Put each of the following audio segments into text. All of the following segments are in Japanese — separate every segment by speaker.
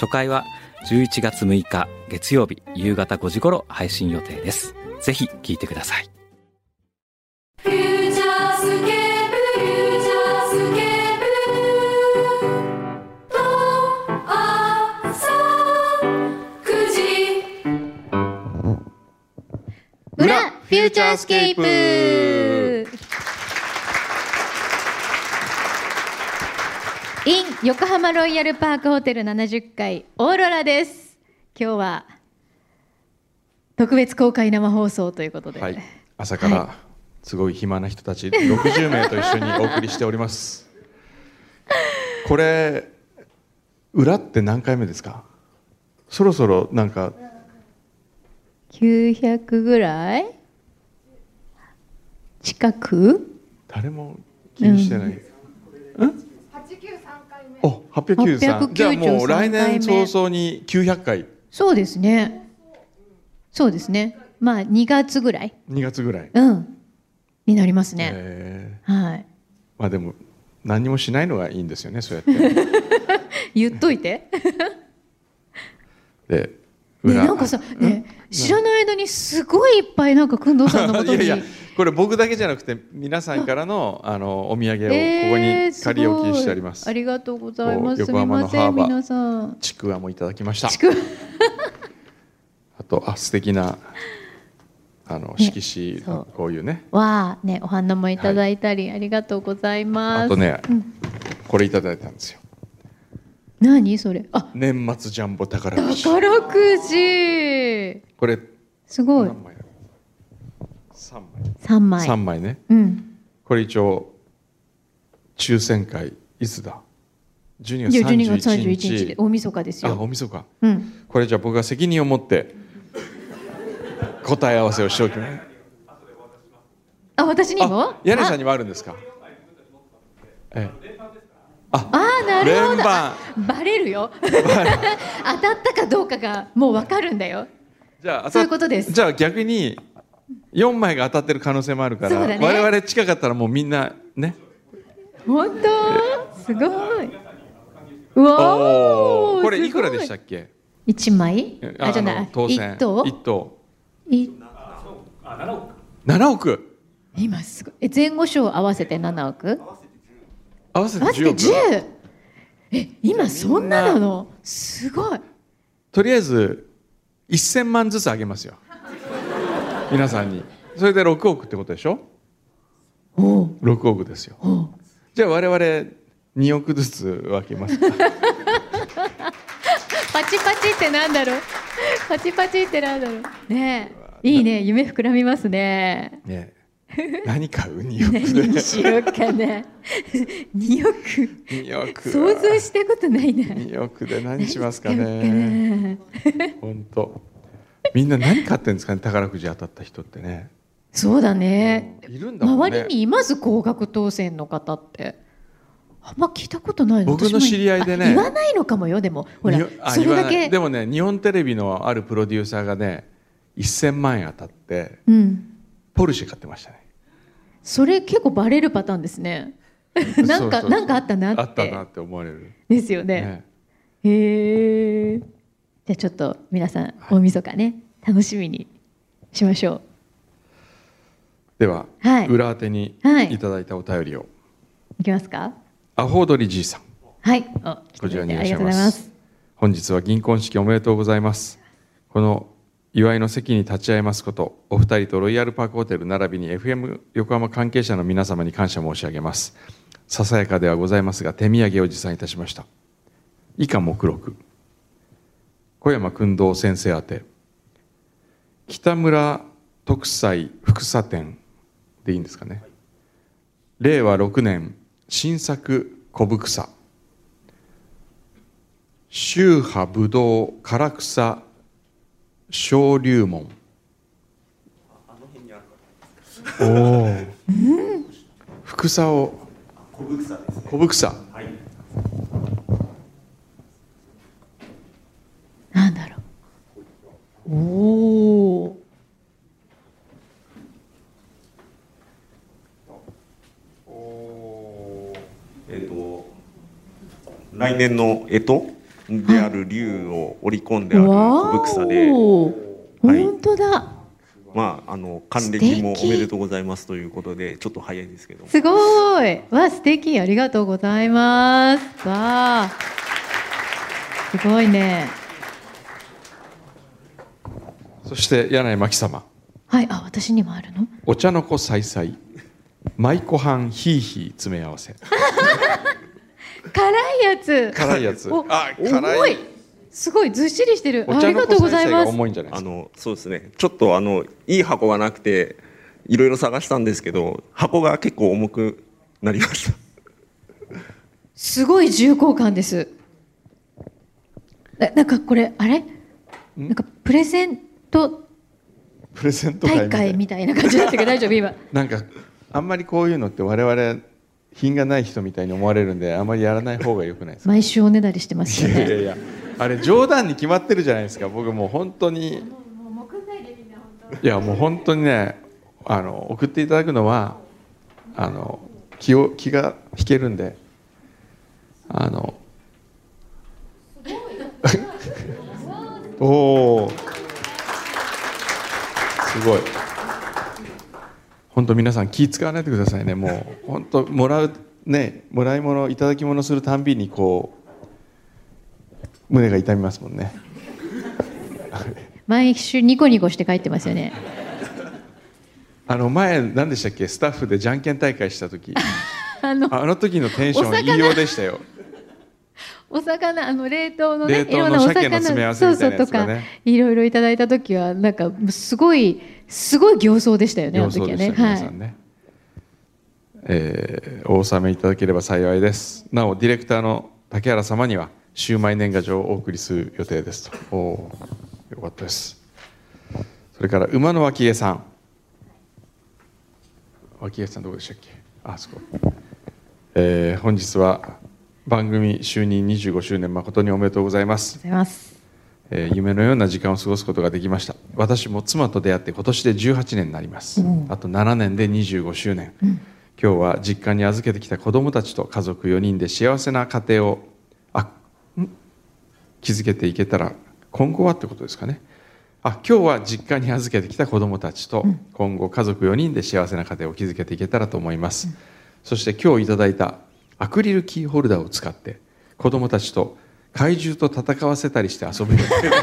Speaker 1: 初回は11月6日月曜日夕方5時頃配信予定ですぜひ聞いてください
Speaker 2: フューチャースケープフューチャースケープと朝九時
Speaker 3: 裏フューチャースケープ in 横浜ロイヤルパークホテル70階オーロラです今日は特別公開生放送ということで、
Speaker 4: はい、朝からすごい暇な人たち60名と一緒にお送りしており ます。これ裏って何回目ですか？そろそろなんか
Speaker 3: 900ぐらい近く
Speaker 4: 誰も気にしてない。うん？お、八百九
Speaker 3: 893
Speaker 4: じゃあもう来年
Speaker 3: 回目
Speaker 4: 早々に900回、
Speaker 3: そうですねそうですねまあ2月ぐらい
Speaker 4: 2月ぐらい。
Speaker 3: うんになりますね、
Speaker 4: えー
Speaker 3: はい
Speaker 4: まあでも何もしないのがいいんですよね。そうやって。
Speaker 3: 言っといて
Speaker 4: で、
Speaker 3: ね、 なんかさ、ね、知らない間にすごいいっぱいなんか工藤さんのこ と
Speaker 4: いや
Speaker 3: に
Speaker 4: いやこれ僕だけじゃなくて皆さんからのあのお土産をここ
Speaker 3: え
Speaker 4: に
Speaker 3: ー
Speaker 4: 仮置きしてあります
Speaker 3: ごいありがとうございます。す
Speaker 4: 横
Speaker 3: み
Speaker 4: 浜
Speaker 3: ま
Speaker 4: の
Speaker 3: せ
Speaker 4: ハ
Speaker 3: ん
Speaker 4: ーバー
Speaker 3: 皆さん。
Speaker 4: ちくわもいただきました
Speaker 3: ちくわ
Speaker 4: あとあ素敵なあの
Speaker 3: ね
Speaker 4: 色紙、
Speaker 3: そう
Speaker 4: こういうね
Speaker 3: わあねお花もいただいたり、ありがとうございます。
Speaker 4: あとね、
Speaker 3: うん
Speaker 4: これいただいたんですよ
Speaker 3: 何それ？あ
Speaker 4: 年末ジャンボ宝くじ
Speaker 3: 宝くじ
Speaker 4: これ
Speaker 3: すごい
Speaker 4: 何枚だ3枚
Speaker 3: 三枚。
Speaker 4: 三枚ね
Speaker 3: うん。
Speaker 4: これ一応抽選会いつだ12
Speaker 3: いや
Speaker 4: 月
Speaker 3: 12月31
Speaker 4: 31
Speaker 3: 日
Speaker 4: 日
Speaker 3: で大晦日です
Speaker 4: あ
Speaker 3: よ。
Speaker 4: 大晦日
Speaker 3: うん。
Speaker 4: これじゃあ僕が責任を持って答え合わせをしておきます
Speaker 3: あ私にも
Speaker 4: あ？柳さんにもあるんですかええ
Speaker 3: ああなるほ
Speaker 4: 連
Speaker 3: ど。
Speaker 4: 番
Speaker 3: バレ るよ。当たったかどうかがもうわかるんだよ。
Speaker 4: じゃあ当たっ
Speaker 3: そういうことです
Speaker 4: じゃあ逆に4枚が当たってる可能性もあるから、
Speaker 3: そうだね
Speaker 4: 我々近かったらもうみんなね
Speaker 3: 本当すごいう
Speaker 4: お
Speaker 3: わ
Speaker 4: お
Speaker 3: ー
Speaker 4: これいくらでした
Speaker 3: っ
Speaker 4: っけ
Speaker 3: け一枚
Speaker 4: え
Speaker 3: あじゃない
Speaker 4: の当選
Speaker 3: 一等
Speaker 4: 一等
Speaker 3: い
Speaker 4: 7億
Speaker 3: 今すごいえ前後賞合わせて7億
Speaker 4: 合わせて
Speaker 3: 合わせて
Speaker 4: 10億
Speaker 3: 10! え今そんななのすごい
Speaker 4: とりあえず1000万ずつあげますよ皆さんにそれで6億ってことでしょ
Speaker 3: おお
Speaker 4: 6億ですよ
Speaker 3: お
Speaker 4: じゃあ我々2億ずつ分け ますか
Speaker 3: パチパチってなんだろうパチパチってなんだろうねえいいね夢膨らみますね
Speaker 4: ねえ何買う2億
Speaker 3: 何に
Speaker 4: で
Speaker 3: しよう かな2億
Speaker 4: 2億
Speaker 3: 想像したことないな
Speaker 4: 2億で何しますかね
Speaker 3: ね
Speaker 4: 本当みんな何買ってんですかね宝くじ当たった人ってね
Speaker 3: そうだね
Speaker 4: いるんだもん
Speaker 3: 周
Speaker 4: ね
Speaker 3: りにいます高額当選の方ってあんま聞いたことない
Speaker 4: 僕の
Speaker 3: 私も
Speaker 4: 知り合いでね
Speaker 3: あ言わないのかもよでもほら
Speaker 4: にあ
Speaker 3: それだ
Speaker 4: 言わな
Speaker 3: け
Speaker 4: いでもね日本テレビのあるプロデューサーがね1000万円当たって
Speaker 3: うん
Speaker 4: ポルシェ買ってましたね
Speaker 3: それ結構バレるパターンですねなん
Speaker 4: そうそう
Speaker 3: か
Speaker 4: そう
Speaker 3: なんかあったな
Speaker 4: あ
Speaker 3: っ
Speaker 4: った
Speaker 3: て
Speaker 4: なって思われる
Speaker 3: ですよね
Speaker 4: ね
Speaker 3: へえじゃあちょっと皆さん大晦日ね楽しみにしましょ
Speaker 4: では
Speaker 3: はい
Speaker 4: 裏当てに
Speaker 3: はい
Speaker 4: いただいたお便りを
Speaker 3: ういきますか
Speaker 4: アホ踊りじいさん
Speaker 3: はいお
Speaker 4: こちらにい
Speaker 3: あ
Speaker 4: らっ
Speaker 3: り
Speaker 4: しゃ
Speaker 3: が
Speaker 4: いう
Speaker 3: とご
Speaker 4: ま
Speaker 3: ざい
Speaker 4: す
Speaker 3: ます
Speaker 4: 本日は銀婚式おめでとうございますこの祝いの席に立ち会えますことお二人とロイヤルパークホテル並びに FM 横浜関係者の皆様に感謝申し上げますささやかではございますが手土産を持参いたしました以下目録小山君堂先生宛て北村特裁福佐店でいいんですかね令和6年新作小福佐宗派武道唐草昇龍門おおー福沢を小福草
Speaker 3: なんだろう。おお。
Speaker 5: えっと来年の干支である竜を織り込んである小
Speaker 3: わ
Speaker 5: 福
Speaker 3: ー
Speaker 5: 草で、
Speaker 3: お。
Speaker 5: はい
Speaker 3: 本当だ。
Speaker 5: まああの還暦も
Speaker 3: 素
Speaker 5: お
Speaker 3: 敵
Speaker 5: めでとうございますということでちょっと早いですけども
Speaker 3: すごーい。わ、素敵。ありがとうございます。わあ。すごいね。
Speaker 4: そして柳井真紀様
Speaker 3: はい、あ、私にもあるの。
Speaker 4: お茶の子さいさい舞妓飯ひいひい詰め合わせ
Speaker 3: 辛いやつ。
Speaker 4: 辛いやつ
Speaker 3: お
Speaker 4: あ
Speaker 3: 重い。すごいずっしりしてる。
Speaker 4: お
Speaker 3: あ
Speaker 4: 茶
Speaker 3: り
Speaker 4: の
Speaker 3: が
Speaker 4: 子
Speaker 3: とうござ
Speaker 4: さいさ
Speaker 3: い
Speaker 4: い
Speaker 3: ま
Speaker 4: が
Speaker 3: す。
Speaker 4: 重いんじゃないで
Speaker 5: あ
Speaker 4: すか
Speaker 5: のそうですねちょっとあのいい箱がなくていろいろ探したんですけど箱が結構重くなりました
Speaker 3: すごい重厚感です。ななんかこれあれ？なんかプレゼント
Speaker 4: プレゼント会
Speaker 3: 大
Speaker 4: みたい
Speaker 3: 会
Speaker 4: な
Speaker 3: みたいな感じだったけど大丈 夫今。
Speaker 4: なんかあんまりこういうのって我々品がない人みたいに思われるんであんまりやらない方がよくないですか
Speaker 3: 毎週おねだりしてますよ
Speaker 4: いやいや
Speaker 3: ね。
Speaker 4: いやあれ冗談に決まってるじゃないですか僕もう本当にいやもう本当にねあの送っていただくのはあの気を気が引けるんであのおおすごい本当皆さん気使わないでくださいねもう本当もらうねもらい物いただき物するたんびにこう胸が痛みますもんね
Speaker 3: 毎週ニコニコして帰ってますよね。
Speaker 4: あの前何でしたっけスタッフでじゃんけん大会した時
Speaker 3: あの
Speaker 4: あの時のテンショ
Speaker 3: お
Speaker 4: ン
Speaker 3: 魚
Speaker 4: 言いようでしたよ
Speaker 3: お魚あの冷凍のね
Speaker 4: 冷凍の
Speaker 3: いろんなお
Speaker 4: 鮭の
Speaker 3: 魚
Speaker 4: 詰め合わせ
Speaker 3: そう
Speaker 4: みた
Speaker 3: そ
Speaker 4: いうな
Speaker 3: と
Speaker 4: やつがね
Speaker 3: かいろいろいただいた時はなんかすごいすごい形相でしたよねあ
Speaker 4: 様
Speaker 3: の
Speaker 4: 子
Speaker 3: 時
Speaker 4: で
Speaker 3: は
Speaker 4: した、
Speaker 3: ね。
Speaker 4: 皆
Speaker 3: は
Speaker 4: さん
Speaker 3: い。
Speaker 4: ね、えーお納めいただければ幸いですなおディレクターの竹原様にはシウマイ年賀状をお送りする予定ですとおーよかったですそれから馬の脇江さん脇江さんどこでしたっけああそこえー本日は番組就任25周年誠におめでとうございます
Speaker 3: ございます。
Speaker 4: えー夢のような時間を過ごすことができました私も妻と出会って今年で18年になります、あと7年で25周年、今日は実家に預けてきた子供たちと家族4人で幸せな家庭をあん築けていけたら今後はってことですかねあ今日は実家に預けてきた子供たちと今後家族4人で幸せな家庭を築けていけたらと思います、そして今日いただいたアクリルキーホルダーを使って子供たちと怪獣と戦わせたりして遊ぶ予定です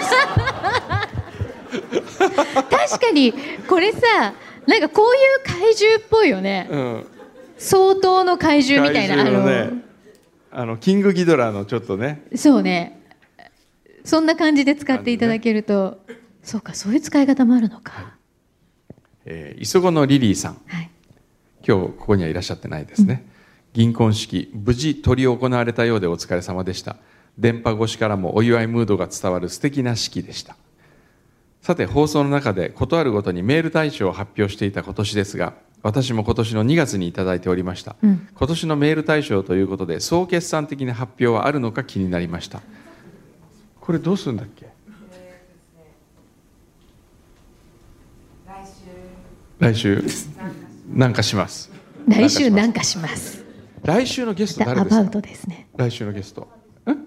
Speaker 3: 確かにこれさなんかこういう怪獣っぽいよね。
Speaker 4: うん
Speaker 3: 相当の怪獣みたいな、
Speaker 4: 怪獣
Speaker 3: あ
Speaker 4: のねあのキングギドラのちょっとね
Speaker 3: のそうねそんな感じで使っていただけると、そうかそういう使い方もあるのか、
Speaker 4: えー磯子のリリーさん
Speaker 3: はい、
Speaker 4: 今日ここにはいらっしゃってないですね、銀婚式無事執り行われたようでお疲れ様でした電波越しからもお祝いムードが伝わる素敵な式でしたさて放送の中で事あるごとにメール大賞を発表していた今年ですが私も今年の2月にいただいておりました、今年のメール大賞ということで総決算的な発表はあるのか気になりましたこれどうするんだっけ来週なんかします
Speaker 3: 来週なんかします
Speaker 4: 来週のゲスト
Speaker 3: ア
Speaker 4: 誰です
Speaker 3: バウ
Speaker 4: か
Speaker 3: トですね
Speaker 4: 来週のゲスト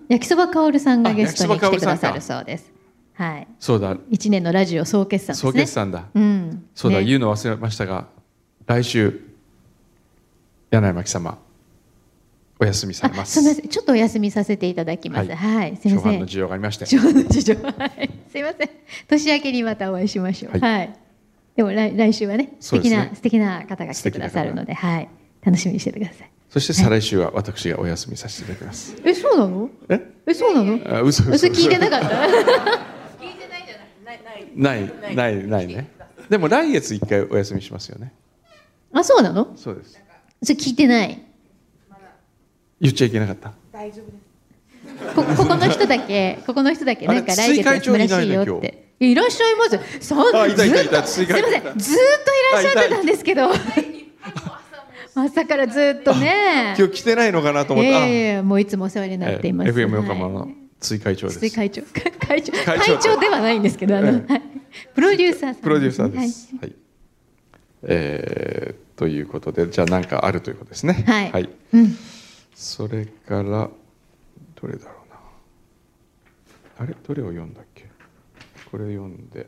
Speaker 3: 焼きそばかおるさんがゲストに
Speaker 4: あ焼きそばかおる
Speaker 3: 来てく
Speaker 4: さ
Speaker 3: だ
Speaker 4: んか
Speaker 3: さるそうですはい
Speaker 4: そうだ
Speaker 3: 一年のラジオ総決算ですね
Speaker 4: 総決算だ、
Speaker 3: うん
Speaker 4: そうだ、
Speaker 3: ね
Speaker 4: 言うの忘れましたが来週柳井真紀様お休みされま
Speaker 3: あ
Speaker 4: す
Speaker 3: すみませんちょっとお休みさせていただきます
Speaker 4: は
Speaker 3: はいい、すみま
Speaker 4: 初
Speaker 3: せ
Speaker 4: 版
Speaker 3: ん
Speaker 4: の事情がありま して
Speaker 3: 上の事情はいすいません年明けにまたお会いしましょう
Speaker 4: は
Speaker 3: はいい、でも来来週はね
Speaker 4: そ
Speaker 3: 素
Speaker 4: うで
Speaker 3: 敵
Speaker 4: すね
Speaker 3: な、素敵な方が来てくださるのではい楽しみにしててください
Speaker 4: そして再来週は私がお休みさせていただきます、
Speaker 3: えそうなの
Speaker 4: え
Speaker 3: えそうなの
Speaker 4: あ嘘嘘
Speaker 3: それ聞いてなかった
Speaker 4: ないないないねでも来月一回お休みしますよね
Speaker 3: あそうなの
Speaker 4: そうです
Speaker 3: それ聞いてない
Speaker 4: 言っちゃいけなかった
Speaker 3: こここの人 だけここの人だけ
Speaker 4: あ
Speaker 3: な
Speaker 4: れ
Speaker 3: んか来月休みらしいよ
Speaker 4: 追加会長いないの
Speaker 3: っ
Speaker 4: 今
Speaker 3: ていらっしゃいますそう
Speaker 4: あいたいたいた
Speaker 3: ずっ
Speaker 4: 追
Speaker 3: とすい
Speaker 4: 加
Speaker 3: ませんずっといらっしゃってたんですけど 朝からずっとね
Speaker 4: 今日来てないのかなと思っ
Speaker 3: い
Speaker 4: た。あ
Speaker 3: やいやいやもういつもお世話になっています、
Speaker 4: えー FM 横浜の
Speaker 3: はい
Speaker 4: 追会長です。
Speaker 3: 筒井会長 か会長
Speaker 4: 会
Speaker 3: 会
Speaker 4: 長
Speaker 3: 長ではないんですけどあの、
Speaker 4: え
Speaker 3: はいプロデューサーさん
Speaker 4: プロデューサーです。はい。えーということでじゃあ何かあるということですね。
Speaker 3: はいうん、
Speaker 4: それからどれだろうな。あれどれを読んだっけ。これ読んで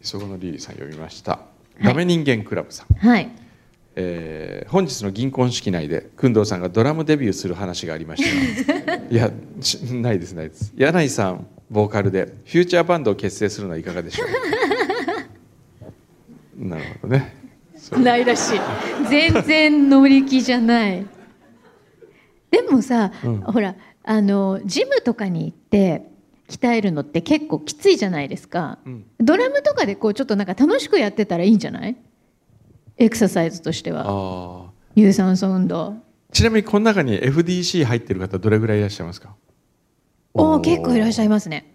Speaker 4: 磯子のリリーさん読みました。ダメ人間クラブさん。
Speaker 3: はい
Speaker 4: えー本日の銀婚式内で工藤さんがドラムデビューする話がありました いやしないですないです柳井さんボーカルでフューチャーバンドを結成するのはいかがでしょ うなるほどねそう
Speaker 3: ないら しい全然乗り気じゃないでもさ、
Speaker 4: うん
Speaker 3: ほらあのジムとかに行って鍛えるのって結構きついじゃないですか、
Speaker 4: うん
Speaker 3: ドラムとかでこうちょっとなんか楽しくやってたらいいんじゃないエクササイズとしては
Speaker 4: あ
Speaker 3: 有酸素運動
Speaker 4: ーちなみにこの中に FDC 入ってる方どれぐらいいらっしゃいますか
Speaker 3: おお結構いらっしゃいますね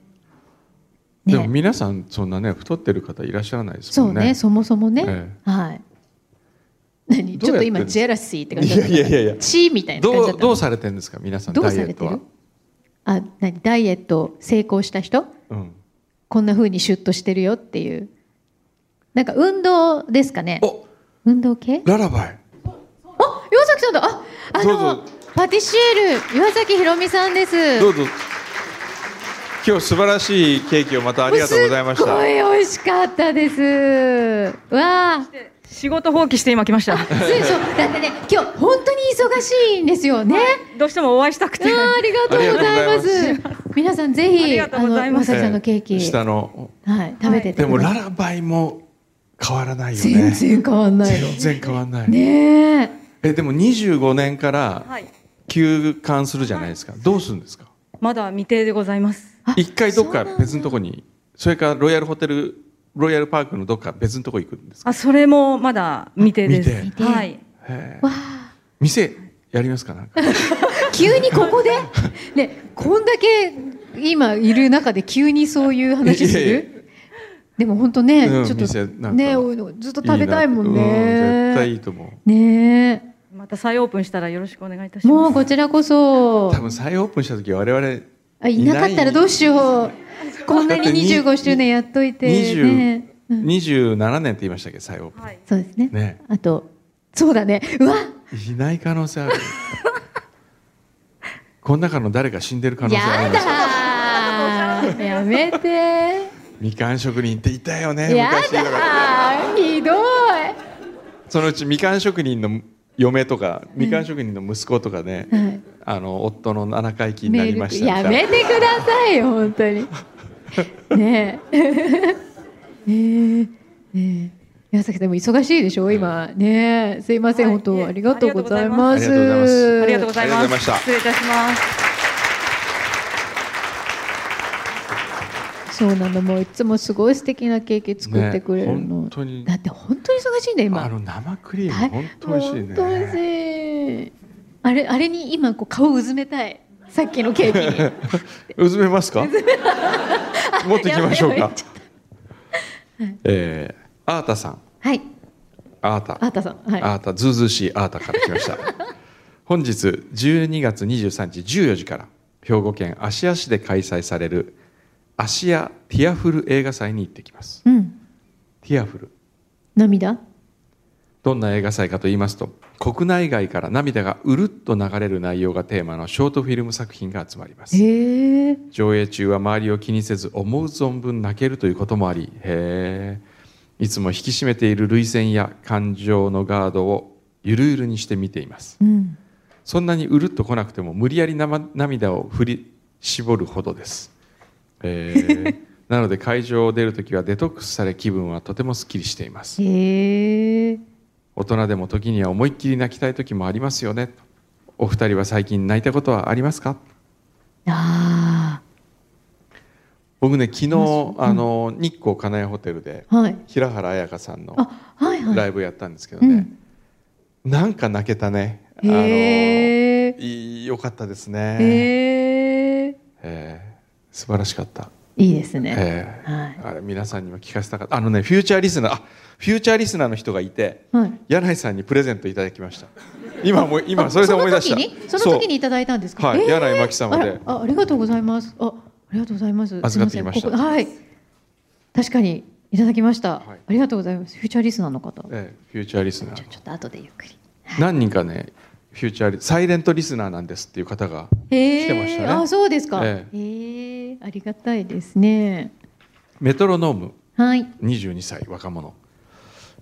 Speaker 4: でも皆さんそんなね太ってる方いらっしゃらないです
Speaker 3: そ
Speaker 4: も
Speaker 3: うんね
Speaker 4: ね
Speaker 3: そもそもね、
Speaker 4: え
Speaker 3: はい 何
Speaker 4: ど
Speaker 3: ち
Speaker 4: う
Speaker 3: ょ
Speaker 4: や
Speaker 3: っ
Speaker 4: っ
Speaker 3: と
Speaker 4: てんの
Speaker 3: 今ジェラシーって感
Speaker 4: い
Speaker 3: じ
Speaker 4: や
Speaker 3: だった
Speaker 4: いやいやいや
Speaker 3: 血みたいな感じ
Speaker 4: ど
Speaker 3: だっ
Speaker 4: う
Speaker 3: た
Speaker 4: ど
Speaker 3: の
Speaker 4: うされてるんですか皆さん
Speaker 3: どう
Speaker 4: ダイエ
Speaker 3: さ
Speaker 4: ッ
Speaker 3: れ
Speaker 4: ト
Speaker 3: て
Speaker 4: は
Speaker 3: るあ何ダイエット成功した人
Speaker 4: うん、
Speaker 3: こんな風にシュッとしてるよっていうなんか運動ですかね
Speaker 4: お
Speaker 3: 運動系
Speaker 4: ララバイ
Speaker 3: あ岩崎さんだああ
Speaker 4: どう
Speaker 3: の
Speaker 4: ぞ
Speaker 3: パティシエール岩崎ひろみさんです
Speaker 4: どうぞ。今日素晴らしいケーキをまたありがとうございまし。
Speaker 3: すったごい美味しかったですわ あ
Speaker 6: 仕事放棄して今来ました
Speaker 3: そうそうだってね今日本当に忙しいんですよね、
Speaker 6: どうしてもお会いしたくて
Speaker 3: あーありがとうございま
Speaker 4: あ
Speaker 3: す。皆さんぜ
Speaker 6: あり
Speaker 3: ひ
Speaker 6: がとうござい
Speaker 3: ま
Speaker 6: ます
Speaker 3: さちゃんのケーキ、
Speaker 4: え下の。
Speaker 3: はい食べてって
Speaker 4: でも
Speaker 3: くださ
Speaker 4: ラ
Speaker 3: い
Speaker 4: ラバイも変わらないよ
Speaker 3: 全
Speaker 4: ね。
Speaker 3: 然変わんないよ。
Speaker 4: 全然変わらない。
Speaker 3: ねえ。
Speaker 4: えでも25年から
Speaker 6: はい
Speaker 4: 休館するじゃないですか。どうするんですか。
Speaker 6: まだ未定でございます
Speaker 3: あ
Speaker 4: 一回どっか別のとこに、それからロイヤルホテルロイヤルパークのどっか別のとこ行くんですか。
Speaker 6: あそれもまだ未定です
Speaker 4: 未
Speaker 3: 定
Speaker 6: はい
Speaker 4: へえ
Speaker 3: わあ
Speaker 4: 店やりますかなんか。
Speaker 3: 急にここで ねこんだけ今いる中で急にそういう話す
Speaker 4: いやいや
Speaker 3: る。でも本当ね、
Speaker 4: うん
Speaker 3: ちょっ
Speaker 4: 店なんか
Speaker 3: とねずっと食べたいもんね。
Speaker 4: いいなうん絶対いいと思う。
Speaker 3: ね
Speaker 6: また再オープンしたらよろしくお願いいたし
Speaker 3: えも
Speaker 6: ま
Speaker 3: う
Speaker 6: す
Speaker 3: こちらこそ
Speaker 4: 多分再オープンした時我々
Speaker 3: あいなかったらどうしよう。こんなに
Speaker 4: だってに
Speaker 3: 25周年やっといて、
Speaker 4: 20
Speaker 3: ねうん
Speaker 4: 27年って言いましたっけ再オープン。
Speaker 6: はい
Speaker 3: そうですね。
Speaker 4: ね
Speaker 3: あとそうだね。うわ
Speaker 4: いない可能性ある この中の誰か死んでる可能性あ
Speaker 3: や
Speaker 4: るんですよ
Speaker 3: だ ーやめて
Speaker 4: みかん職人っていたよね
Speaker 3: や
Speaker 4: 昔
Speaker 3: だーひどい
Speaker 4: そのうちみかん職人の嫁とかみかん職人の息子とかね、
Speaker 3: はい
Speaker 4: あの夫の7回忌に
Speaker 3: メ
Speaker 4: なり
Speaker 3: ー
Speaker 4: ま
Speaker 3: ル
Speaker 4: した
Speaker 3: やめてくださいよ本当 にねえ ねえねえ岩崎さんも忙しいでしょ今ねえすいません、
Speaker 6: はい
Speaker 3: 本
Speaker 6: い
Speaker 3: 当
Speaker 6: え
Speaker 3: ありがとうございます
Speaker 4: ありがとうございます
Speaker 6: ありがとうござ
Speaker 4: あ
Speaker 6: い
Speaker 4: り
Speaker 6: ま
Speaker 4: がとうございますした
Speaker 6: 失礼いたします
Speaker 3: そうなのもういつもすごい素敵なケーキ作ってくれる
Speaker 4: ね
Speaker 3: の、
Speaker 4: 本当に
Speaker 3: だって本当に忙しいんだよ今
Speaker 4: あの生クリーム
Speaker 3: はい
Speaker 4: 本当美味しいね、
Speaker 3: 本当美味しいあれあれに今こう顔うずめたいさっきのケーキに
Speaker 4: うずめますか持ってきましょう
Speaker 3: やば
Speaker 4: か
Speaker 3: いちょっ
Speaker 4: えー、アータさん
Speaker 3: とはい
Speaker 4: アータ
Speaker 3: あーたさんはい
Speaker 4: アータズーズーシーアータから来ました 本日12月23日14時から兵庫県芦屋市で開催される芦屋ティアフル映画祭に行ってきます
Speaker 3: うん
Speaker 4: ティアフル
Speaker 3: 涙
Speaker 4: どんな映画祭かと言いますと国内外から涙がうるっと流れる内容がテーマのショートフィルム作品が集まります
Speaker 3: へえ
Speaker 4: 上映中は周りを気にせず思う存分泣けるということもありへえいつも引き締めている涙腺や感情のガードをゆるゆるにして見ています
Speaker 3: うん
Speaker 4: そんなにうるっとこなくても無理やり生涙を振り絞るほどです、え ーなので会場を出るときはデトックスされ気分はとてもすっきりしています
Speaker 3: へえ
Speaker 4: 大人でも時には思いっきり泣きたい時もありますよねお二人は最近泣いたことはありますか
Speaker 3: あ
Speaker 4: 僕ね昨日あの日光金谷ホテルで
Speaker 3: あはい
Speaker 4: 平原綾香さんの
Speaker 3: あはいはい
Speaker 4: ライブやったんですけどね、
Speaker 3: うん
Speaker 4: なんか泣けたねあの
Speaker 3: へえ
Speaker 4: い良かったですね、
Speaker 3: えー、
Speaker 4: えー素晴らしかった、
Speaker 3: いいですね。
Speaker 4: えー
Speaker 3: はい
Speaker 4: あれ皆さんにも聞かせたかったあのねフューチャーリスナーあフューチャーリスナーの人がいて、
Speaker 3: はい
Speaker 4: 柳井さんにプレゼントいただきました今も今それで思い出
Speaker 3: あ
Speaker 4: した
Speaker 3: その時にその時にいただいたんですか。
Speaker 4: はい
Speaker 3: えー
Speaker 4: 柳井真紀様で
Speaker 3: あらあ、ありがとうございます。あ、ありがとうございます。
Speaker 4: 預かってきました
Speaker 3: すいせんここはい。確かにいただきました、
Speaker 4: はい
Speaker 3: ありがとうございます。フューチャーリスナーの方。
Speaker 4: そうえーフューチャーリスナー
Speaker 3: ちょっと後でゆっくり。
Speaker 4: 何人かねフューチャーリサイレントリスナーなんですっていう方が
Speaker 3: へえ。
Speaker 4: 来てましたね
Speaker 3: あ、そうですか。
Speaker 4: え
Speaker 3: ええありがたいですね。
Speaker 4: メトロノーム
Speaker 3: はい。
Speaker 4: 22歳若者、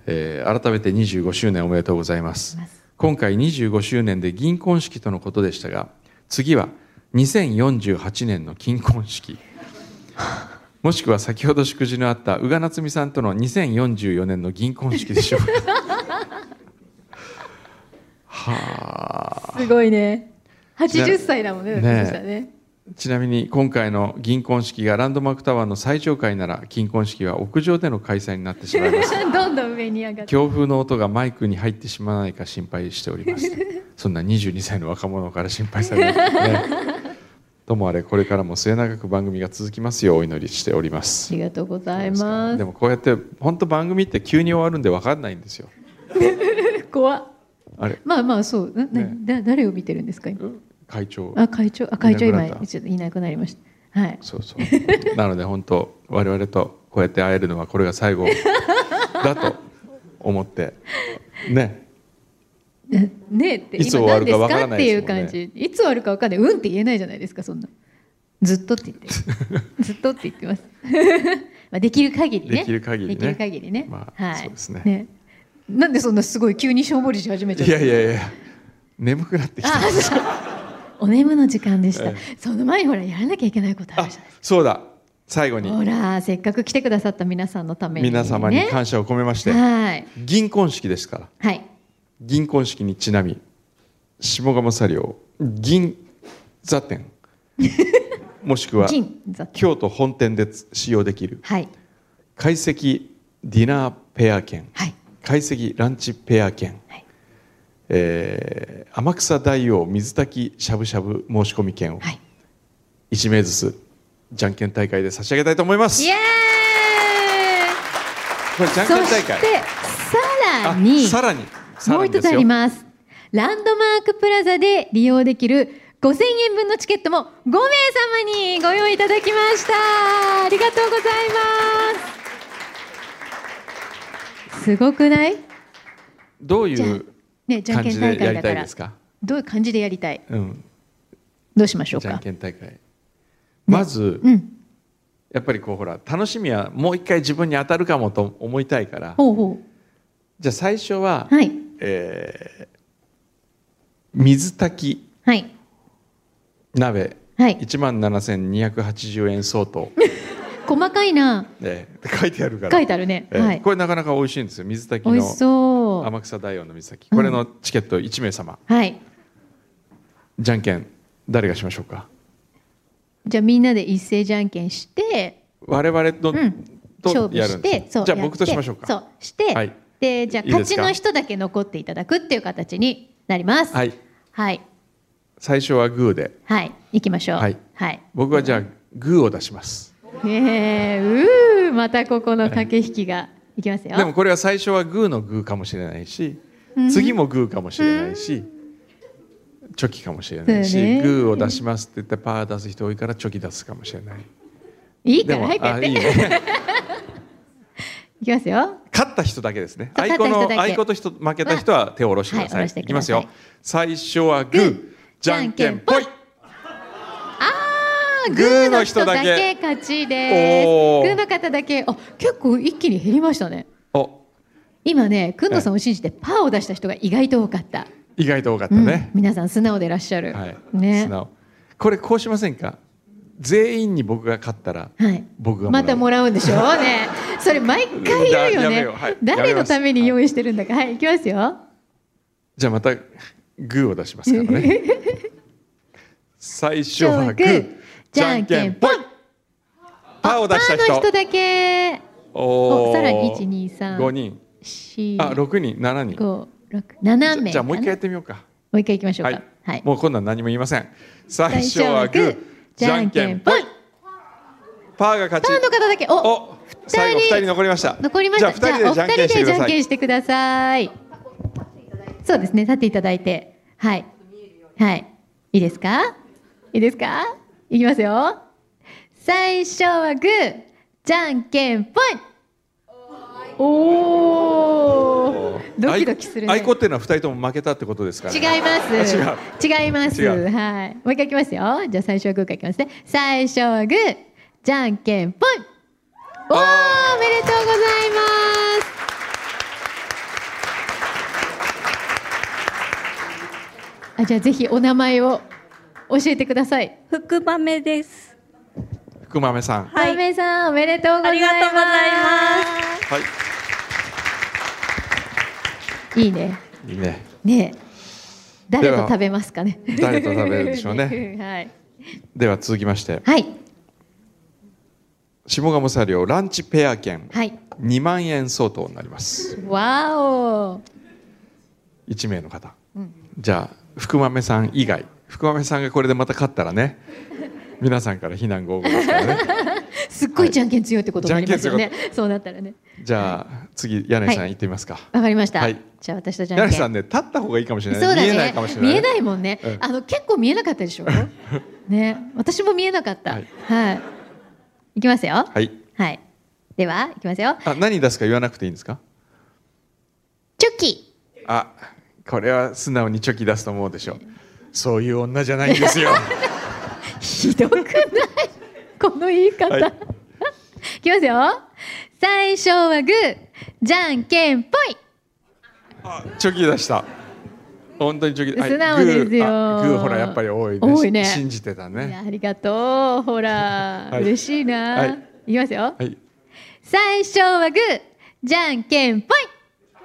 Speaker 4: えー改めて25周年おめでとうございます
Speaker 3: ます
Speaker 4: 今回25周年で銀婚式とのことでしたが次は2048年の金婚式 もしくは先ほど祝辞のあった宇賀なつみさんとの2044年の銀婚式でしょうか はあ
Speaker 3: すごいね。
Speaker 4: ちな
Speaker 3: 80歳だもんね。
Speaker 4: ね
Speaker 3: だってそしたらね
Speaker 4: ちなみに今回の銀婚式がランドマークタワーの最上階なら金婚式は屋上での開催になってしまいます
Speaker 3: どんどん上に上がって。
Speaker 4: 強風の音がマイクに入ってしまわないか心配しております そんな22歳の若者から心配されるね ともあれこれからも末永く番組が続きますようお祈りしておりま
Speaker 3: あ
Speaker 4: す
Speaker 3: りがとうございます
Speaker 4: で。もこうやって本当番組って急に終わるんで分かんないんですよ
Speaker 3: 怖っ
Speaker 4: あれ
Speaker 3: まあまあそう。な、な、だ誰を見てるんですか今。
Speaker 4: うん会長
Speaker 3: あ会長あ会長
Speaker 4: いなくな
Speaker 3: 今
Speaker 4: った
Speaker 3: 一応いなくなりました。はい。
Speaker 4: そうそうなので本当我々とこうやって会えるのはこれが最後だと思ってね
Speaker 3: ねえって
Speaker 4: いつ終
Speaker 3: 今
Speaker 4: わ
Speaker 3: 何
Speaker 4: る
Speaker 3: で
Speaker 4: かわ
Speaker 3: す
Speaker 4: から
Speaker 3: か
Speaker 4: な
Speaker 3: っ
Speaker 4: い
Speaker 3: て
Speaker 4: で
Speaker 3: い
Speaker 4: す
Speaker 3: う
Speaker 4: もんね
Speaker 3: 感じ。いつ終わるかわかんない。うんって言えないじゃないですかそんな。ずっとって 言って。ずっとって言ってます。 まあできる限りね。
Speaker 4: できる限りね
Speaker 3: できる限りね
Speaker 4: まあ
Speaker 3: はい。
Speaker 4: そうですね
Speaker 3: なんでそんなすごい急にしょんぼりし始めちゃっ
Speaker 4: い
Speaker 3: た
Speaker 4: やいやいや眠くなってきた
Speaker 3: あそう お眠の時間でした、
Speaker 4: え
Speaker 3: その前にほらやらなきゃいけないことあるじゃないです
Speaker 4: そうだ最後
Speaker 3: か
Speaker 4: に
Speaker 3: ほらせっかく来てくださった皆さんのために、ね、
Speaker 4: 皆様に感謝を込めまして、
Speaker 3: はい
Speaker 4: 銀婚式ですから
Speaker 3: はい
Speaker 4: 銀婚式にちなみ下鴨サリオ銀座 店もしくは
Speaker 3: 金座
Speaker 4: 京都本店で使用できる
Speaker 3: はい
Speaker 4: 懐石ディナーペア券
Speaker 3: はい
Speaker 4: 懐石ランチペア券、
Speaker 3: はい
Speaker 4: えー天草大王水炊きしゃぶしゃぶ申し込み券を
Speaker 3: はい
Speaker 4: 1名ずつじゃんけん大会で差し上げたいと思います
Speaker 3: イエ
Speaker 4: これじ
Speaker 3: ー
Speaker 4: ゃ
Speaker 3: イ
Speaker 4: んけん
Speaker 3: そ
Speaker 4: 大
Speaker 3: し
Speaker 4: 会
Speaker 3: てさらに
Speaker 4: あさらにさ
Speaker 3: も
Speaker 4: ら
Speaker 3: う
Speaker 4: にで
Speaker 3: 一
Speaker 4: す
Speaker 3: つ
Speaker 4: よ
Speaker 3: ありますランドマークプラザで利用できる5000円分のチケットも5名様にご用意いただきましたありがとうございますすごくない
Speaker 4: どうい
Speaker 3: じゃあ
Speaker 4: う
Speaker 3: ねじゃ
Speaker 4: 感
Speaker 3: んけ
Speaker 4: じ
Speaker 3: ん大
Speaker 4: でや
Speaker 3: 会
Speaker 4: りた
Speaker 3: だか
Speaker 4: い
Speaker 3: ら
Speaker 4: ですか、
Speaker 3: どういう感じでやりたい
Speaker 4: うん、
Speaker 3: どうしましょう
Speaker 4: じゃん
Speaker 3: か
Speaker 4: けん大会まず、
Speaker 3: うん
Speaker 4: やっぱりこうほら楽しみはもう一回自分に当たるかもと思いたいから
Speaker 3: ほうほ
Speaker 4: じゃあ最初は、
Speaker 3: うはい
Speaker 4: えー水炊き
Speaker 3: はい
Speaker 4: 鍋
Speaker 3: はい
Speaker 4: 1万7280円相 当、
Speaker 3: 細かいな
Speaker 4: えー書いてあるから
Speaker 3: 書いてあるね
Speaker 4: えー
Speaker 3: はい
Speaker 4: これなかなか美味しいんですよ水炊き
Speaker 3: 美味し
Speaker 4: の
Speaker 3: そう
Speaker 4: 天草大王の水炊きこれのチケット1名様、
Speaker 3: はい
Speaker 4: じゃんけん誰がしましょうか
Speaker 3: じゃあみんなで一斉じゃんけんして
Speaker 4: 我々と,、
Speaker 3: うん勝
Speaker 4: と
Speaker 3: 負
Speaker 4: やる
Speaker 3: し
Speaker 4: んです
Speaker 3: てそう
Speaker 4: じゃあ
Speaker 3: やって
Speaker 4: 僕としましょうか
Speaker 3: そうして、
Speaker 4: はい
Speaker 3: でじゃあ
Speaker 4: いいですか
Speaker 3: 勝ちの人だけ残っていただくっていう形になります
Speaker 4: はい
Speaker 3: はい
Speaker 4: 最初はグーで
Speaker 3: はい行きましょう
Speaker 4: はい
Speaker 3: はい、
Speaker 4: 僕はじゃあグーを出します
Speaker 3: えー、うーまたここの駆け引きがいきますよ
Speaker 4: でもこれは最初はグーのグーかもしれないし次もグーかもしれないしチョキかもしれないし
Speaker 3: そうよね
Speaker 4: グーを出しますって言ってパー出す人多いからチョキ出すかもしれない
Speaker 3: いい
Speaker 4: で
Speaker 3: か
Speaker 4: も
Speaker 3: ら早くや
Speaker 4: あ
Speaker 3: っ
Speaker 4: い
Speaker 3: て
Speaker 4: いね
Speaker 3: いきますよ
Speaker 4: 勝った人だけですね
Speaker 3: そ
Speaker 4: あ
Speaker 3: う
Speaker 4: いこ
Speaker 3: 勝
Speaker 4: の
Speaker 3: った人だけ
Speaker 4: あいこと人負けた人は手を下ろしてください、
Speaker 3: はい
Speaker 4: い、
Speaker 3: 下ろしてください
Speaker 4: きますよ最初はグーじゃんけんぽい
Speaker 3: あ
Speaker 4: グ
Speaker 3: ーグ
Speaker 4: ー
Speaker 3: ー
Speaker 4: の
Speaker 3: の
Speaker 4: 人
Speaker 3: 人
Speaker 4: だ
Speaker 3: だ
Speaker 4: け
Speaker 3: け勝ちです
Speaker 4: おー
Speaker 3: グーの方だけあ結構一気に減りましたね
Speaker 4: お
Speaker 3: 今ねくんのさんを信じてパーを出した人が意外と多かった、
Speaker 4: 意外と多かった
Speaker 3: うん
Speaker 4: ね、
Speaker 3: 皆さん素直でいらっしゃる、
Speaker 4: はい、
Speaker 3: ね
Speaker 4: 素直これこうしませんか全員に僕が勝ったら
Speaker 3: はい、
Speaker 4: 僕がもらう
Speaker 3: またもらうんでしょうねそれ毎回言う
Speaker 4: や
Speaker 3: よ
Speaker 4: め
Speaker 3: ね
Speaker 4: ようはい
Speaker 3: 誰のため
Speaker 4: や
Speaker 3: に
Speaker 4: めます
Speaker 3: 用意してるんだかはい、いきますよ
Speaker 4: じゃあまたグーを出しますからね。最初はグー、じ
Speaker 3: じ
Speaker 4: ゃ
Speaker 3: ゃ
Speaker 4: ん
Speaker 3: ん
Speaker 4: け
Speaker 3: け
Speaker 4: ん
Speaker 3: ん
Speaker 4: ぽ
Speaker 3: ぽ
Speaker 4: い
Speaker 3: い。
Speaker 4: パーを出した人。
Speaker 3: パーの人だけ
Speaker 4: おー
Speaker 3: おさらに1 2 3
Speaker 4: 五人。
Speaker 3: 四
Speaker 4: あ、六人、七人。
Speaker 3: 五六七名かな
Speaker 4: じゃあもう一回やってみようか。
Speaker 3: もう一回いきましょう
Speaker 4: は
Speaker 3: か
Speaker 4: い
Speaker 3: はい、はい
Speaker 4: もう今度は何も言いません最初はグーじゃんけんぽ
Speaker 3: ぽ
Speaker 4: ん
Speaker 3: い
Speaker 4: パーが勝ち
Speaker 3: パーの方だけお
Speaker 4: お最後二人残りました
Speaker 3: 残りました
Speaker 4: じゃあ二人でじゃんけんしてく
Speaker 3: じゃ
Speaker 4: だ
Speaker 3: あお二人でじゃん
Speaker 4: さ
Speaker 3: けん
Speaker 4: い
Speaker 3: してくださいそうですね立っていただいてはいはいいいですかいいですかいきますよ最初はグーじゃんけんぽいおおドキドキするね
Speaker 4: あいあいこっていうのは二人とも負けたってことですから
Speaker 3: 違
Speaker 4: ね
Speaker 3: います。違います。
Speaker 4: 違う
Speaker 3: はい。もう一回いきますよ。じゃあ最初はグーからいきますね。最初はグー、じゃんけんぽい。おー
Speaker 4: あ
Speaker 3: おめでとうございます。あじゃあぜひお名前を教えてください。
Speaker 6: 福場目です。
Speaker 4: 福豆さんは
Speaker 6: はい
Speaker 3: はめさんおめでとうございます。
Speaker 6: ありがとうござ
Speaker 4: い
Speaker 3: す。いいね。
Speaker 4: いいね
Speaker 3: ねえ。誰と
Speaker 4: では
Speaker 3: 食べますかね。
Speaker 4: 誰と食べるでしょうね
Speaker 3: はい。
Speaker 4: では続きまして
Speaker 3: はい。
Speaker 4: 下鴨サリオランチペア券
Speaker 3: はい。
Speaker 4: 2万円相当になります
Speaker 3: わお。
Speaker 4: 1名の方、じゃあ福豆さん以外福豆さんがこれでまた勝ったら ね皆さんから非難合々ですからね
Speaker 3: すっごいじゃんけん強いってことになりますよ
Speaker 4: は
Speaker 3: ね
Speaker 4: い。
Speaker 3: そうなったらね。
Speaker 4: じゃあ次柳井さ
Speaker 3: は
Speaker 4: ん
Speaker 3: い
Speaker 4: 行ってみますか、
Speaker 3: わかりました。
Speaker 4: はい
Speaker 3: じゃあ私とじゃん
Speaker 4: 柳井
Speaker 3: けん。
Speaker 4: さんね立った方がいいかもしれない、
Speaker 3: そうだね。
Speaker 4: 見えないかもしれない
Speaker 3: 見えないもんね。
Speaker 4: うん
Speaker 3: あの結構見えなかった でしょ。ね、私も見えなかった。
Speaker 4: は
Speaker 3: はいい。い、きますよ。
Speaker 4: はい
Speaker 3: はい。では、いきますよ。
Speaker 4: あ何出すか言わなくていいんですか
Speaker 3: チョキ。
Speaker 4: あこれは素直にチョキ出すと思うでしょうそういう女じゃないんですよ
Speaker 3: ひどくない。この言い方。
Speaker 4: はい
Speaker 3: い、きますよ。最初はグー、じゃんけんぽい。
Speaker 4: あチョキ出した本当にチョキはい
Speaker 3: 素直ですよ
Speaker 4: グーあグーほらやっぱり多いね
Speaker 3: 多いね
Speaker 4: 信じてた
Speaker 3: いや
Speaker 4: ね
Speaker 3: ありがとう。ほら、
Speaker 4: はい
Speaker 3: 嬉しいな。
Speaker 4: はい
Speaker 3: い、きますよ。
Speaker 4: はい
Speaker 3: 最初はグーじゃんけんぽいあ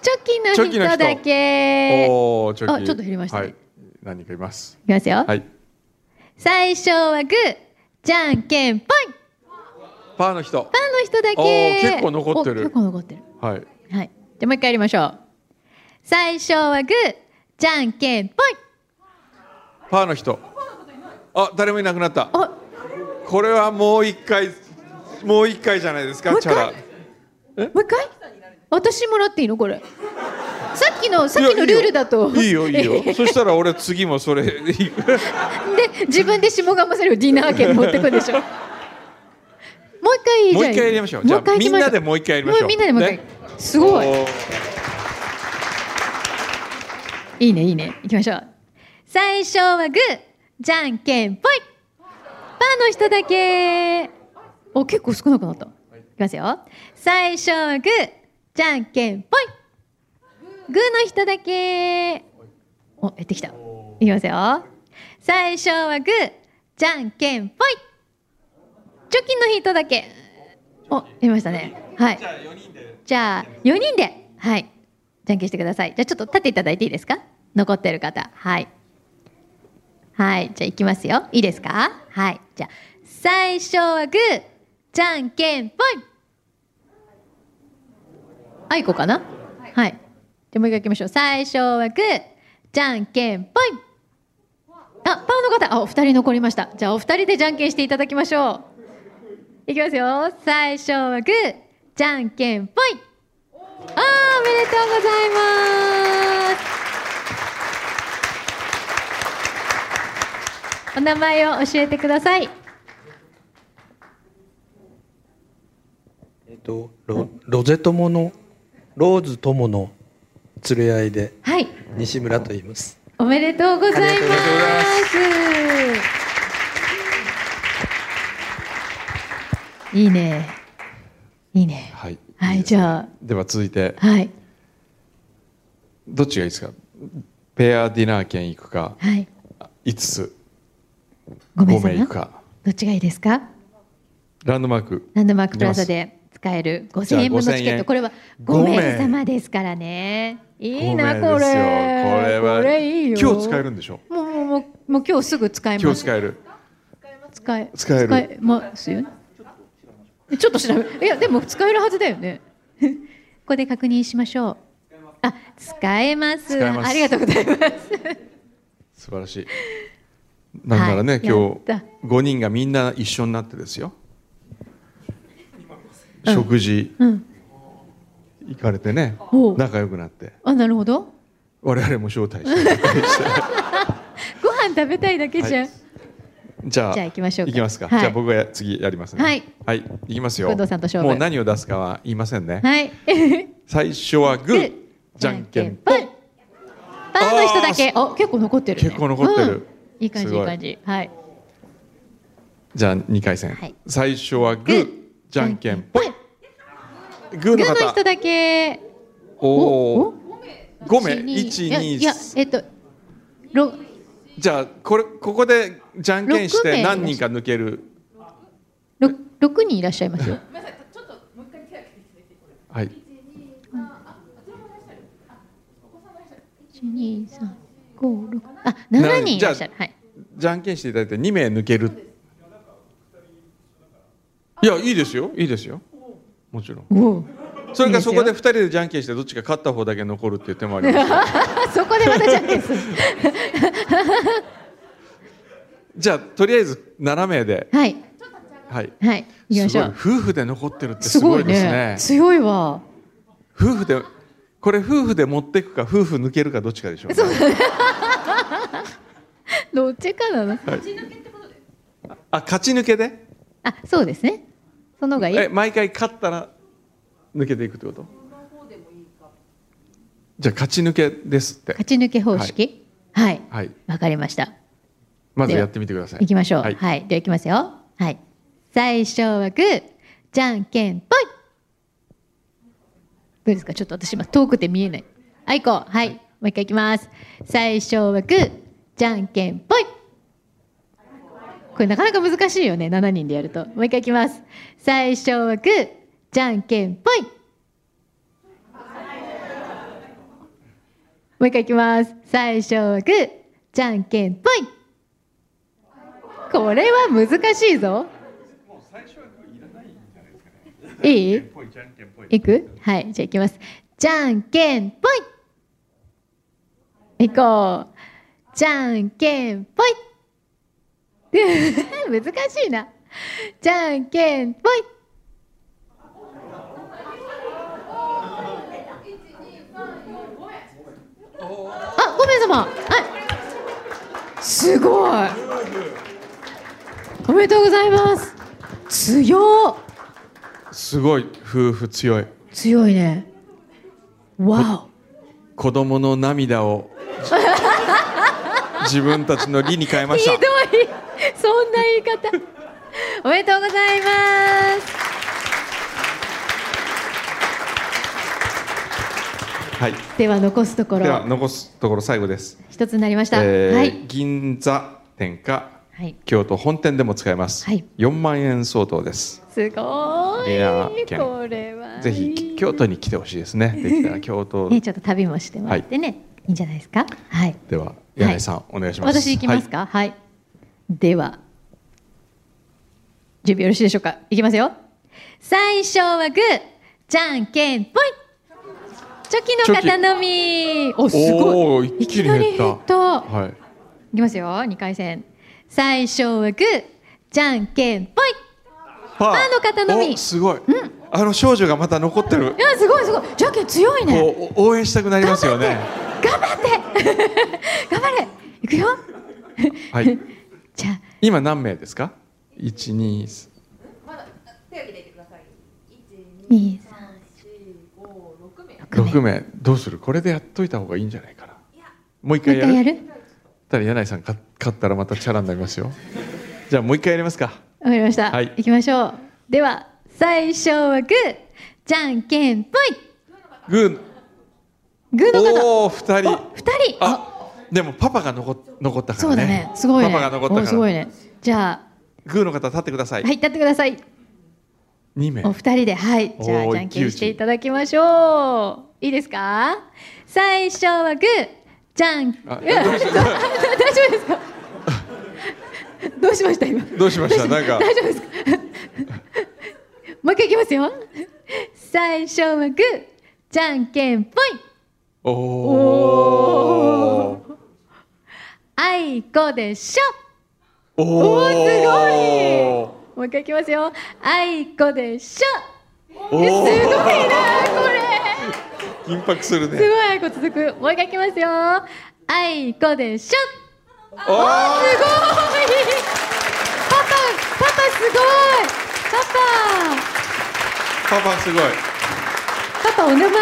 Speaker 3: チョキの人だけ
Speaker 4: おおチョキ
Speaker 3: あちょっと減りましたね
Speaker 4: はい、何人かいます
Speaker 3: いきますよ、
Speaker 4: はい
Speaker 3: 最初はグーじゃんけんぽい
Speaker 4: パーの人
Speaker 3: パーの人だ
Speaker 4: お
Speaker 3: け
Speaker 4: ー結構残ってる
Speaker 3: お結構残ってる
Speaker 4: はい
Speaker 3: はいじゃあもう一回やりましょう最初はグーじゃんけんぽい
Speaker 4: パーの人あ誰もいなくなった
Speaker 3: お
Speaker 4: これはもう一回もう一回じゃないですか
Speaker 3: もう一
Speaker 4: チャラ
Speaker 3: 回もう一回私もらっていいのこれさっきのさっきの
Speaker 4: いやいい
Speaker 3: ル
Speaker 4: よ
Speaker 3: ールだと
Speaker 4: いいよいい よそしたら俺次もそれでいく
Speaker 3: で自分で下鴨さんをディナー券持ってくんで しょ。もう一回
Speaker 4: もう
Speaker 3: じゃあ
Speaker 4: 一回やりましょうじゃあ
Speaker 3: もう一回行きしょ
Speaker 4: みんなでもう一回やりましょう
Speaker 3: もみんなでもう一回
Speaker 4: ね。
Speaker 3: すごい
Speaker 4: お。ー
Speaker 3: いいねいいね。行きましょう。最初はグー、じゃんけんぽい。パーの人だけ。お結構少なくなった。いきますよ。最初はグー、じゃんけんぽい。グーの人だけ。お減ってきた。いきますよ。最初はグー、じゃんけんぽい。チョキの人だけ。おやりましたね。はい。じゃあ4人で、はい、じゃんけんしてください。じゃあちょっと立っていただいていいですか残ってる方。はい。はい、じゃあいきますよ。いいですかはい。じゃあ、最初はグー、じゃんけんぽい。あいこかなはい。じゃあもう一回いきましょう。最初はグー、じゃんけんぽい。あ、パーの方、あ、お二人残りました。じゃあお二人でじゃんけんしていただきましょう。いきますよ。最初はグー、じゃんけんぽい。あー、おめでとうございます。お名前を教えてください。
Speaker 7: えっと、ロロゼ友のローズ友の連れ合いで
Speaker 3: はい、
Speaker 7: 西村と言います。
Speaker 3: おめでとうございます。
Speaker 7: ありがとうござ
Speaker 3: いいね。いいね。
Speaker 4: はい
Speaker 3: はい、じゃ
Speaker 4: では続いて
Speaker 3: あ、はい、
Speaker 4: どっちがいいですかペアディナー券行くか
Speaker 3: はい、
Speaker 4: 5つ
Speaker 3: ごめん
Speaker 4: 5
Speaker 3: なさ
Speaker 4: 名
Speaker 3: い
Speaker 4: 行
Speaker 3: な。
Speaker 4: くか
Speaker 3: どっちがいいですか。
Speaker 4: ランドマーク
Speaker 3: ランドマークプラザで使える5000円分のチ
Speaker 4: じ
Speaker 3: ケ
Speaker 4: ゃあ5000円
Speaker 3: ットこれは
Speaker 4: 5
Speaker 3: 5
Speaker 4: 名
Speaker 3: 名様ですからねいい
Speaker 4: 5名
Speaker 3: な
Speaker 4: ですよ
Speaker 3: こ
Speaker 4: こ
Speaker 3: れ
Speaker 4: れは
Speaker 3: これいいよ
Speaker 4: 今日使えるんでしょ
Speaker 3: もうもうもうもう今日すぐ使えます
Speaker 4: 今日使える
Speaker 3: 使え
Speaker 4: 使える
Speaker 3: ますよねちょっと調べいやでも使えるはずだよね ここで確認しましょうあ使えます
Speaker 4: 使えます
Speaker 3: ありがとうございます
Speaker 4: 素晴らしいなんならね、
Speaker 3: はい
Speaker 4: 今
Speaker 3: やっ
Speaker 4: 日5人がみんな一緒になってですよ食事、
Speaker 3: うん
Speaker 4: 行かれてね
Speaker 3: おう
Speaker 4: 仲良くなって
Speaker 3: あなるほど
Speaker 4: 我々も招待し て
Speaker 3: ご飯食べたいだけじゃん、
Speaker 4: はいじゃあ
Speaker 3: じゃあ行きましょうか
Speaker 4: 行きますか、
Speaker 3: はい
Speaker 4: じゃあ僕が次やりますね
Speaker 3: はい、
Speaker 4: はい、行きますよ
Speaker 3: 工藤さんと勝負
Speaker 4: もう何を出すかは言いませんね、
Speaker 3: はい。
Speaker 4: 最初はグーじゃんけん
Speaker 3: ぽい。パンの人だけ。お、結構残ってる、ね。
Speaker 4: 結構残ってる
Speaker 3: うんいい感
Speaker 4: す
Speaker 3: じ、い
Speaker 4: ごい
Speaker 3: い感じ。はい。
Speaker 4: じゃあ2回戦、
Speaker 3: はい
Speaker 4: 最初はグーじゃんけんぽい
Speaker 3: い。
Speaker 4: グー
Speaker 3: グ
Speaker 4: の
Speaker 3: ーの
Speaker 4: 方
Speaker 3: 人だけ。
Speaker 4: おお5名
Speaker 3: 一
Speaker 4: 1
Speaker 3: いやいや、え
Speaker 4: 2
Speaker 3: っと。ろ、
Speaker 4: じゃあこれここでじゃんけんし
Speaker 3: 六名
Speaker 4: て何人か抜ける
Speaker 3: ろ、六人いらっしゃいますよ。
Speaker 4: はい
Speaker 3: 一二三五六。あ、七人いらっしゃる。はい。
Speaker 4: じゃんけんしていただいて2名抜けるいやいいですよいいですよもちろん
Speaker 3: おお。
Speaker 4: それからそこ
Speaker 3: い
Speaker 4: で
Speaker 3: い
Speaker 4: 2人でじゃんけんしてどっちか勝った方だけ残るっていう手もあり ますよ
Speaker 3: あ、そこでまたじゃんけん する。
Speaker 4: じゃあとりあえず7名で
Speaker 3: はい。
Speaker 4: はい
Speaker 3: はい。行きますし
Speaker 4: ごい
Speaker 3: ょ
Speaker 4: 夫
Speaker 3: う。
Speaker 4: 婦で残ってるってす
Speaker 3: す
Speaker 4: ご
Speaker 3: ご
Speaker 4: い
Speaker 3: い
Speaker 4: です
Speaker 3: ね
Speaker 4: ね。
Speaker 3: 強いわ。
Speaker 4: 夫婦でこれ夫婦で持ってくか夫婦抜けるかどっちかでしょうね
Speaker 3: どっちかなの。
Speaker 4: あ勝ち抜けで
Speaker 3: あ、そうですね。その方がいい
Speaker 4: え。毎回勝ったら抜けていくってことじゃあ勝ち抜けですって
Speaker 3: 勝ち抜け方式。はい。
Speaker 4: はい
Speaker 3: わかりました。
Speaker 4: まずやってみてください
Speaker 3: いきましょう。
Speaker 4: は
Speaker 3: はいい、ではいきますよ。はい。最初はグー、じゃんけんぽい。どうですか。ちょっと私今遠くて見えない。あいこう。はい。もう一回いきます。最初はグー、じゃんけんぽい。これなかなか難しいよね。7人でやると。もう一回いきます。最初はグー、じゃんけんぽい。もう一回いきます。最初はグー、じゃんけんぽい。これは難しいぞ。いいいくはい、じゃあいきます。じゃんけんぽいいこう。じゃんけんぽい 難しいな。じゃんけんぽいあ、ごめんさま。あすごい。おめでとうございます。強っ
Speaker 4: すごい夫婦強い
Speaker 3: 強いね。わ
Speaker 4: 子供の涙 を自分たちの利に変え
Speaker 3: お。
Speaker 4: ま
Speaker 3: ひ
Speaker 4: し
Speaker 3: ど
Speaker 4: た
Speaker 3: い。そんな言い方。おめでとうございます。
Speaker 4: はい
Speaker 3: では残すとこ
Speaker 4: では
Speaker 3: ろ
Speaker 4: 残すところ最後です、
Speaker 3: 一つになりました。
Speaker 4: えー
Speaker 3: はい。
Speaker 4: 銀座店か
Speaker 3: はい。
Speaker 4: 京都本店でも使えます、
Speaker 3: はい
Speaker 4: 4万円相当です
Speaker 3: すご
Speaker 4: レア
Speaker 3: い。
Speaker 4: 券
Speaker 3: これは。
Speaker 4: ぜひ京都に来てほしい ですねできたら京都
Speaker 3: ね、ちょっと旅もしてもらってね、い、いんじゃないですか。はい。
Speaker 4: では柳井さん、お願いします
Speaker 3: 私行きます
Speaker 4: は
Speaker 3: か。はい。では。準備よろしいでしょうか。いきますよ。最初はグー、じゃんけんぽい。チョキの方のみ。お、すご
Speaker 4: お
Speaker 3: い
Speaker 4: ー。
Speaker 3: い
Speaker 4: 一気
Speaker 3: き
Speaker 4: に
Speaker 3: な
Speaker 4: 減った
Speaker 3: り減った。
Speaker 4: い、はい
Speaker 3: いきますよ。二回戦。最初はグー、じゃんけんぽい。
Speaker 4: パ
Speaker 3: パーの方のみ
Speaker 4: おすごい、あの少女がまた残ってる
Speaker 3: いや、すごいすごい。じゃんけん強いね。
Speaker 4: こうお応援したくなりますよね
Speaker 3: 頑張って。 頑張れ。いくよ。
Speaker 4: はい
Speaker 3: じゃあ。
Speaker 4: 今何名ですか一二三
Speaker 3: 二三四五
Speaker 4: 六
Speaker 3: 六名。
Speaker 4: 名どうするこれでやっといた方がいいんじゃないかなもう一
Speaker 3: もう
Speaker 4: 回
Speaker 3: 一
Speaker 4: や
Speaker 3: 回
Speaker 4: る
Speaker 3: やる。
Speaker 4: たら柳井さん勝勝ったらまたチャラになりますよじゃあもう一回やりますか
Speaker 3: わかりました。
Speaker 4: は
Speaker 3: はいい、行きましょう。では、最初はグー、じゃんけんぽい。
Speaker 4: グ
Speaker 3: グー
Speaker 4: ー
Speaker 3: の方。
Speaker 4: おお二人
Speaker 3: お、二人。
Speaker 4: あ
Speaker 3: あ、
Speaker 4: でもパパが残残ったからね
Speaker 3: そうだね。すごいね。
Speaker 4: パパが残ったか
Speaker 3: お
Speaker 4: ら
Speaker 3: すごいね。じゃ
Speaker 4: グーの方立ってくださ
Speaker 3: あ、
Speaker 4: い、
Speaker 3: はい、立ってください。
Speaker 4: 二名
Speaker 3: お二人で、はい、じゃ
Speaker 4: おー
Speaker 3: あ、じゃんけ
Speaker 4: 一騎打
Speaker 3: ん
Speaker 4: ち
Speaker 3: していただきましょう。いいですか。最初はグー、じゃん。
Speaker 4: あ
Speaker 3: いや大丈夫ですか。 どうしました、今。
Speaker 4: どうしま したなんか
Speaker 3: 大丈夫ですかもう一回いきますよ最初はグーじゃんけんぽい
Speaker 4: おお
Speaker 3: あいこでし
Speaker 5: お
Speaker 3: おーす
Speaker 5: お
Speaker 3: ょもう一回いきますよあいこでしょ
Speaker 5: お
Speaker 3: えすごいな
Speaker 5: ー
Speaker 3: これ
Speaker 5: 緊迫する
Speaker 3: すご
Speaker 5: ね
Speaker 3: いあいこ続くもう一回いきますよあいこでしょ
Speaker 5: お
Speaker 3: すごいパパパパすごいパ
Speaker 5: ー
Speaker 3: パ
Speaker 5: パパすご
Speaker 3: すごい
Speaker 5: い
Speaker 3: パパパパお名前を
Speaker 8: あ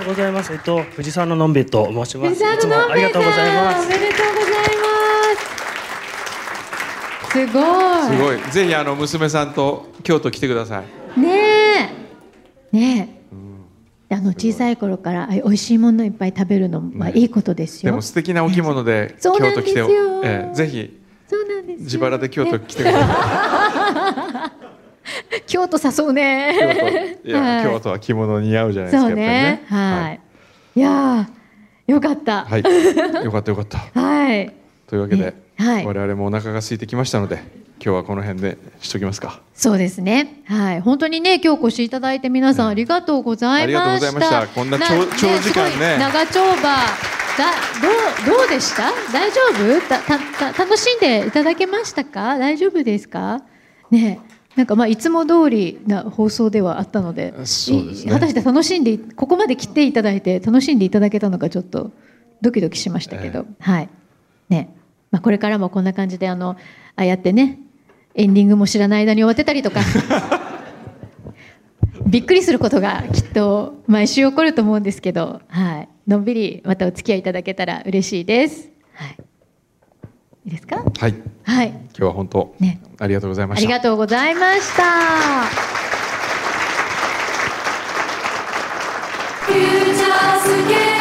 Speaker 8: りがとうございます。えっと、藤沢ののんべえと申します。
Speaker 3: メジャー
Speaker 8: いつ
Speaker 3: の
Speaker 8: も
Speaker 3: ノ
Speaker 8: あ
Speaker 3: ン
Speaker 8: り
Speaker 3: ベ
Speaker 8: がと
Speaker 3: イさん
Speaker 8: うございま
Speaker 3: お
Speaker 8: す。
Speaker 3: めでとうございま
Speaker 4: す
Speaker 3: すすごい
Speaker 4: ごいぜひあの娘さんと京都来てください
Speaker 3: ねえねえあの小さい頃からあ美味しいものいっぱい食べるのはいいことです
Speaker 4: で
Speaker 3: よ、
Speaker 4: も素敵なお着物で京
Speaker 3: そうなん
Speaker 4: 都来て
Speaker 3: ですよ
Speaker 4: ええぜひ
Speaker 3: そうなんですよ
Speaker 4: 自腹で京都
Speaker 3: ね
Speaker 4: 来てくだ さ
Speaker 3: 京都誘うね
Speaker 4: い京都いや
Speaker 3: はい
Speaker 4: 京都は着物似合うじゃないです
Speaker 3: そ
Speaker 4: か
Speaker 3: うね
Speaker 4: やっぱりね
Speaker 3: はい、い、やーよかった
Speaker 4: はいはいよかったよかった
Speaker 3: はい
Speaker 4: というわけで
Speaker 3: ねはい
Speaker 4: 我々もお腹が空いてきましたので今日はこの辺でしときますか
Speaker 3: そうですね。はい、本当にね、今日お越しいただいて、皆さんありがとうございま
Speaker 4: あり
Speaker 3: した。
Speaker 4: がとうございましたこんな長長時間ね
Speaker 3: すごい長丁場。だ、どう、どうでした。大丈夫。た、た、た、楽しんでいただけましたか。大丈夫ですか。ねえ。なんかまあいつも通りな放送ではあったので
Speaker 4: そうですね
Speaker 3: い果たして楽しんでここまで来ていただいて楽しんでいただけたのかちょっとドキドキしましたけど、はいねまあ、これからもこんな感じであのああやってねエンディングも知らない間に終わってたりとかびっくりすることがきっと毎週起こると思うんですけど、はい、のんびりまたお付き合いいただけたら嬉しいです。はい、いいですか、
Speaker 4: はい今
Speaker 3: はい、
Speaker 4: 日は本当
Speaker 3: ね
Speaker 4: ありがとうございま
Speaker 3: あ
Speaker 4: し
Speaker 3: り
Speaker 4: た
Speaker 3: がとうございました。
Speaker 2: フューチャースケープ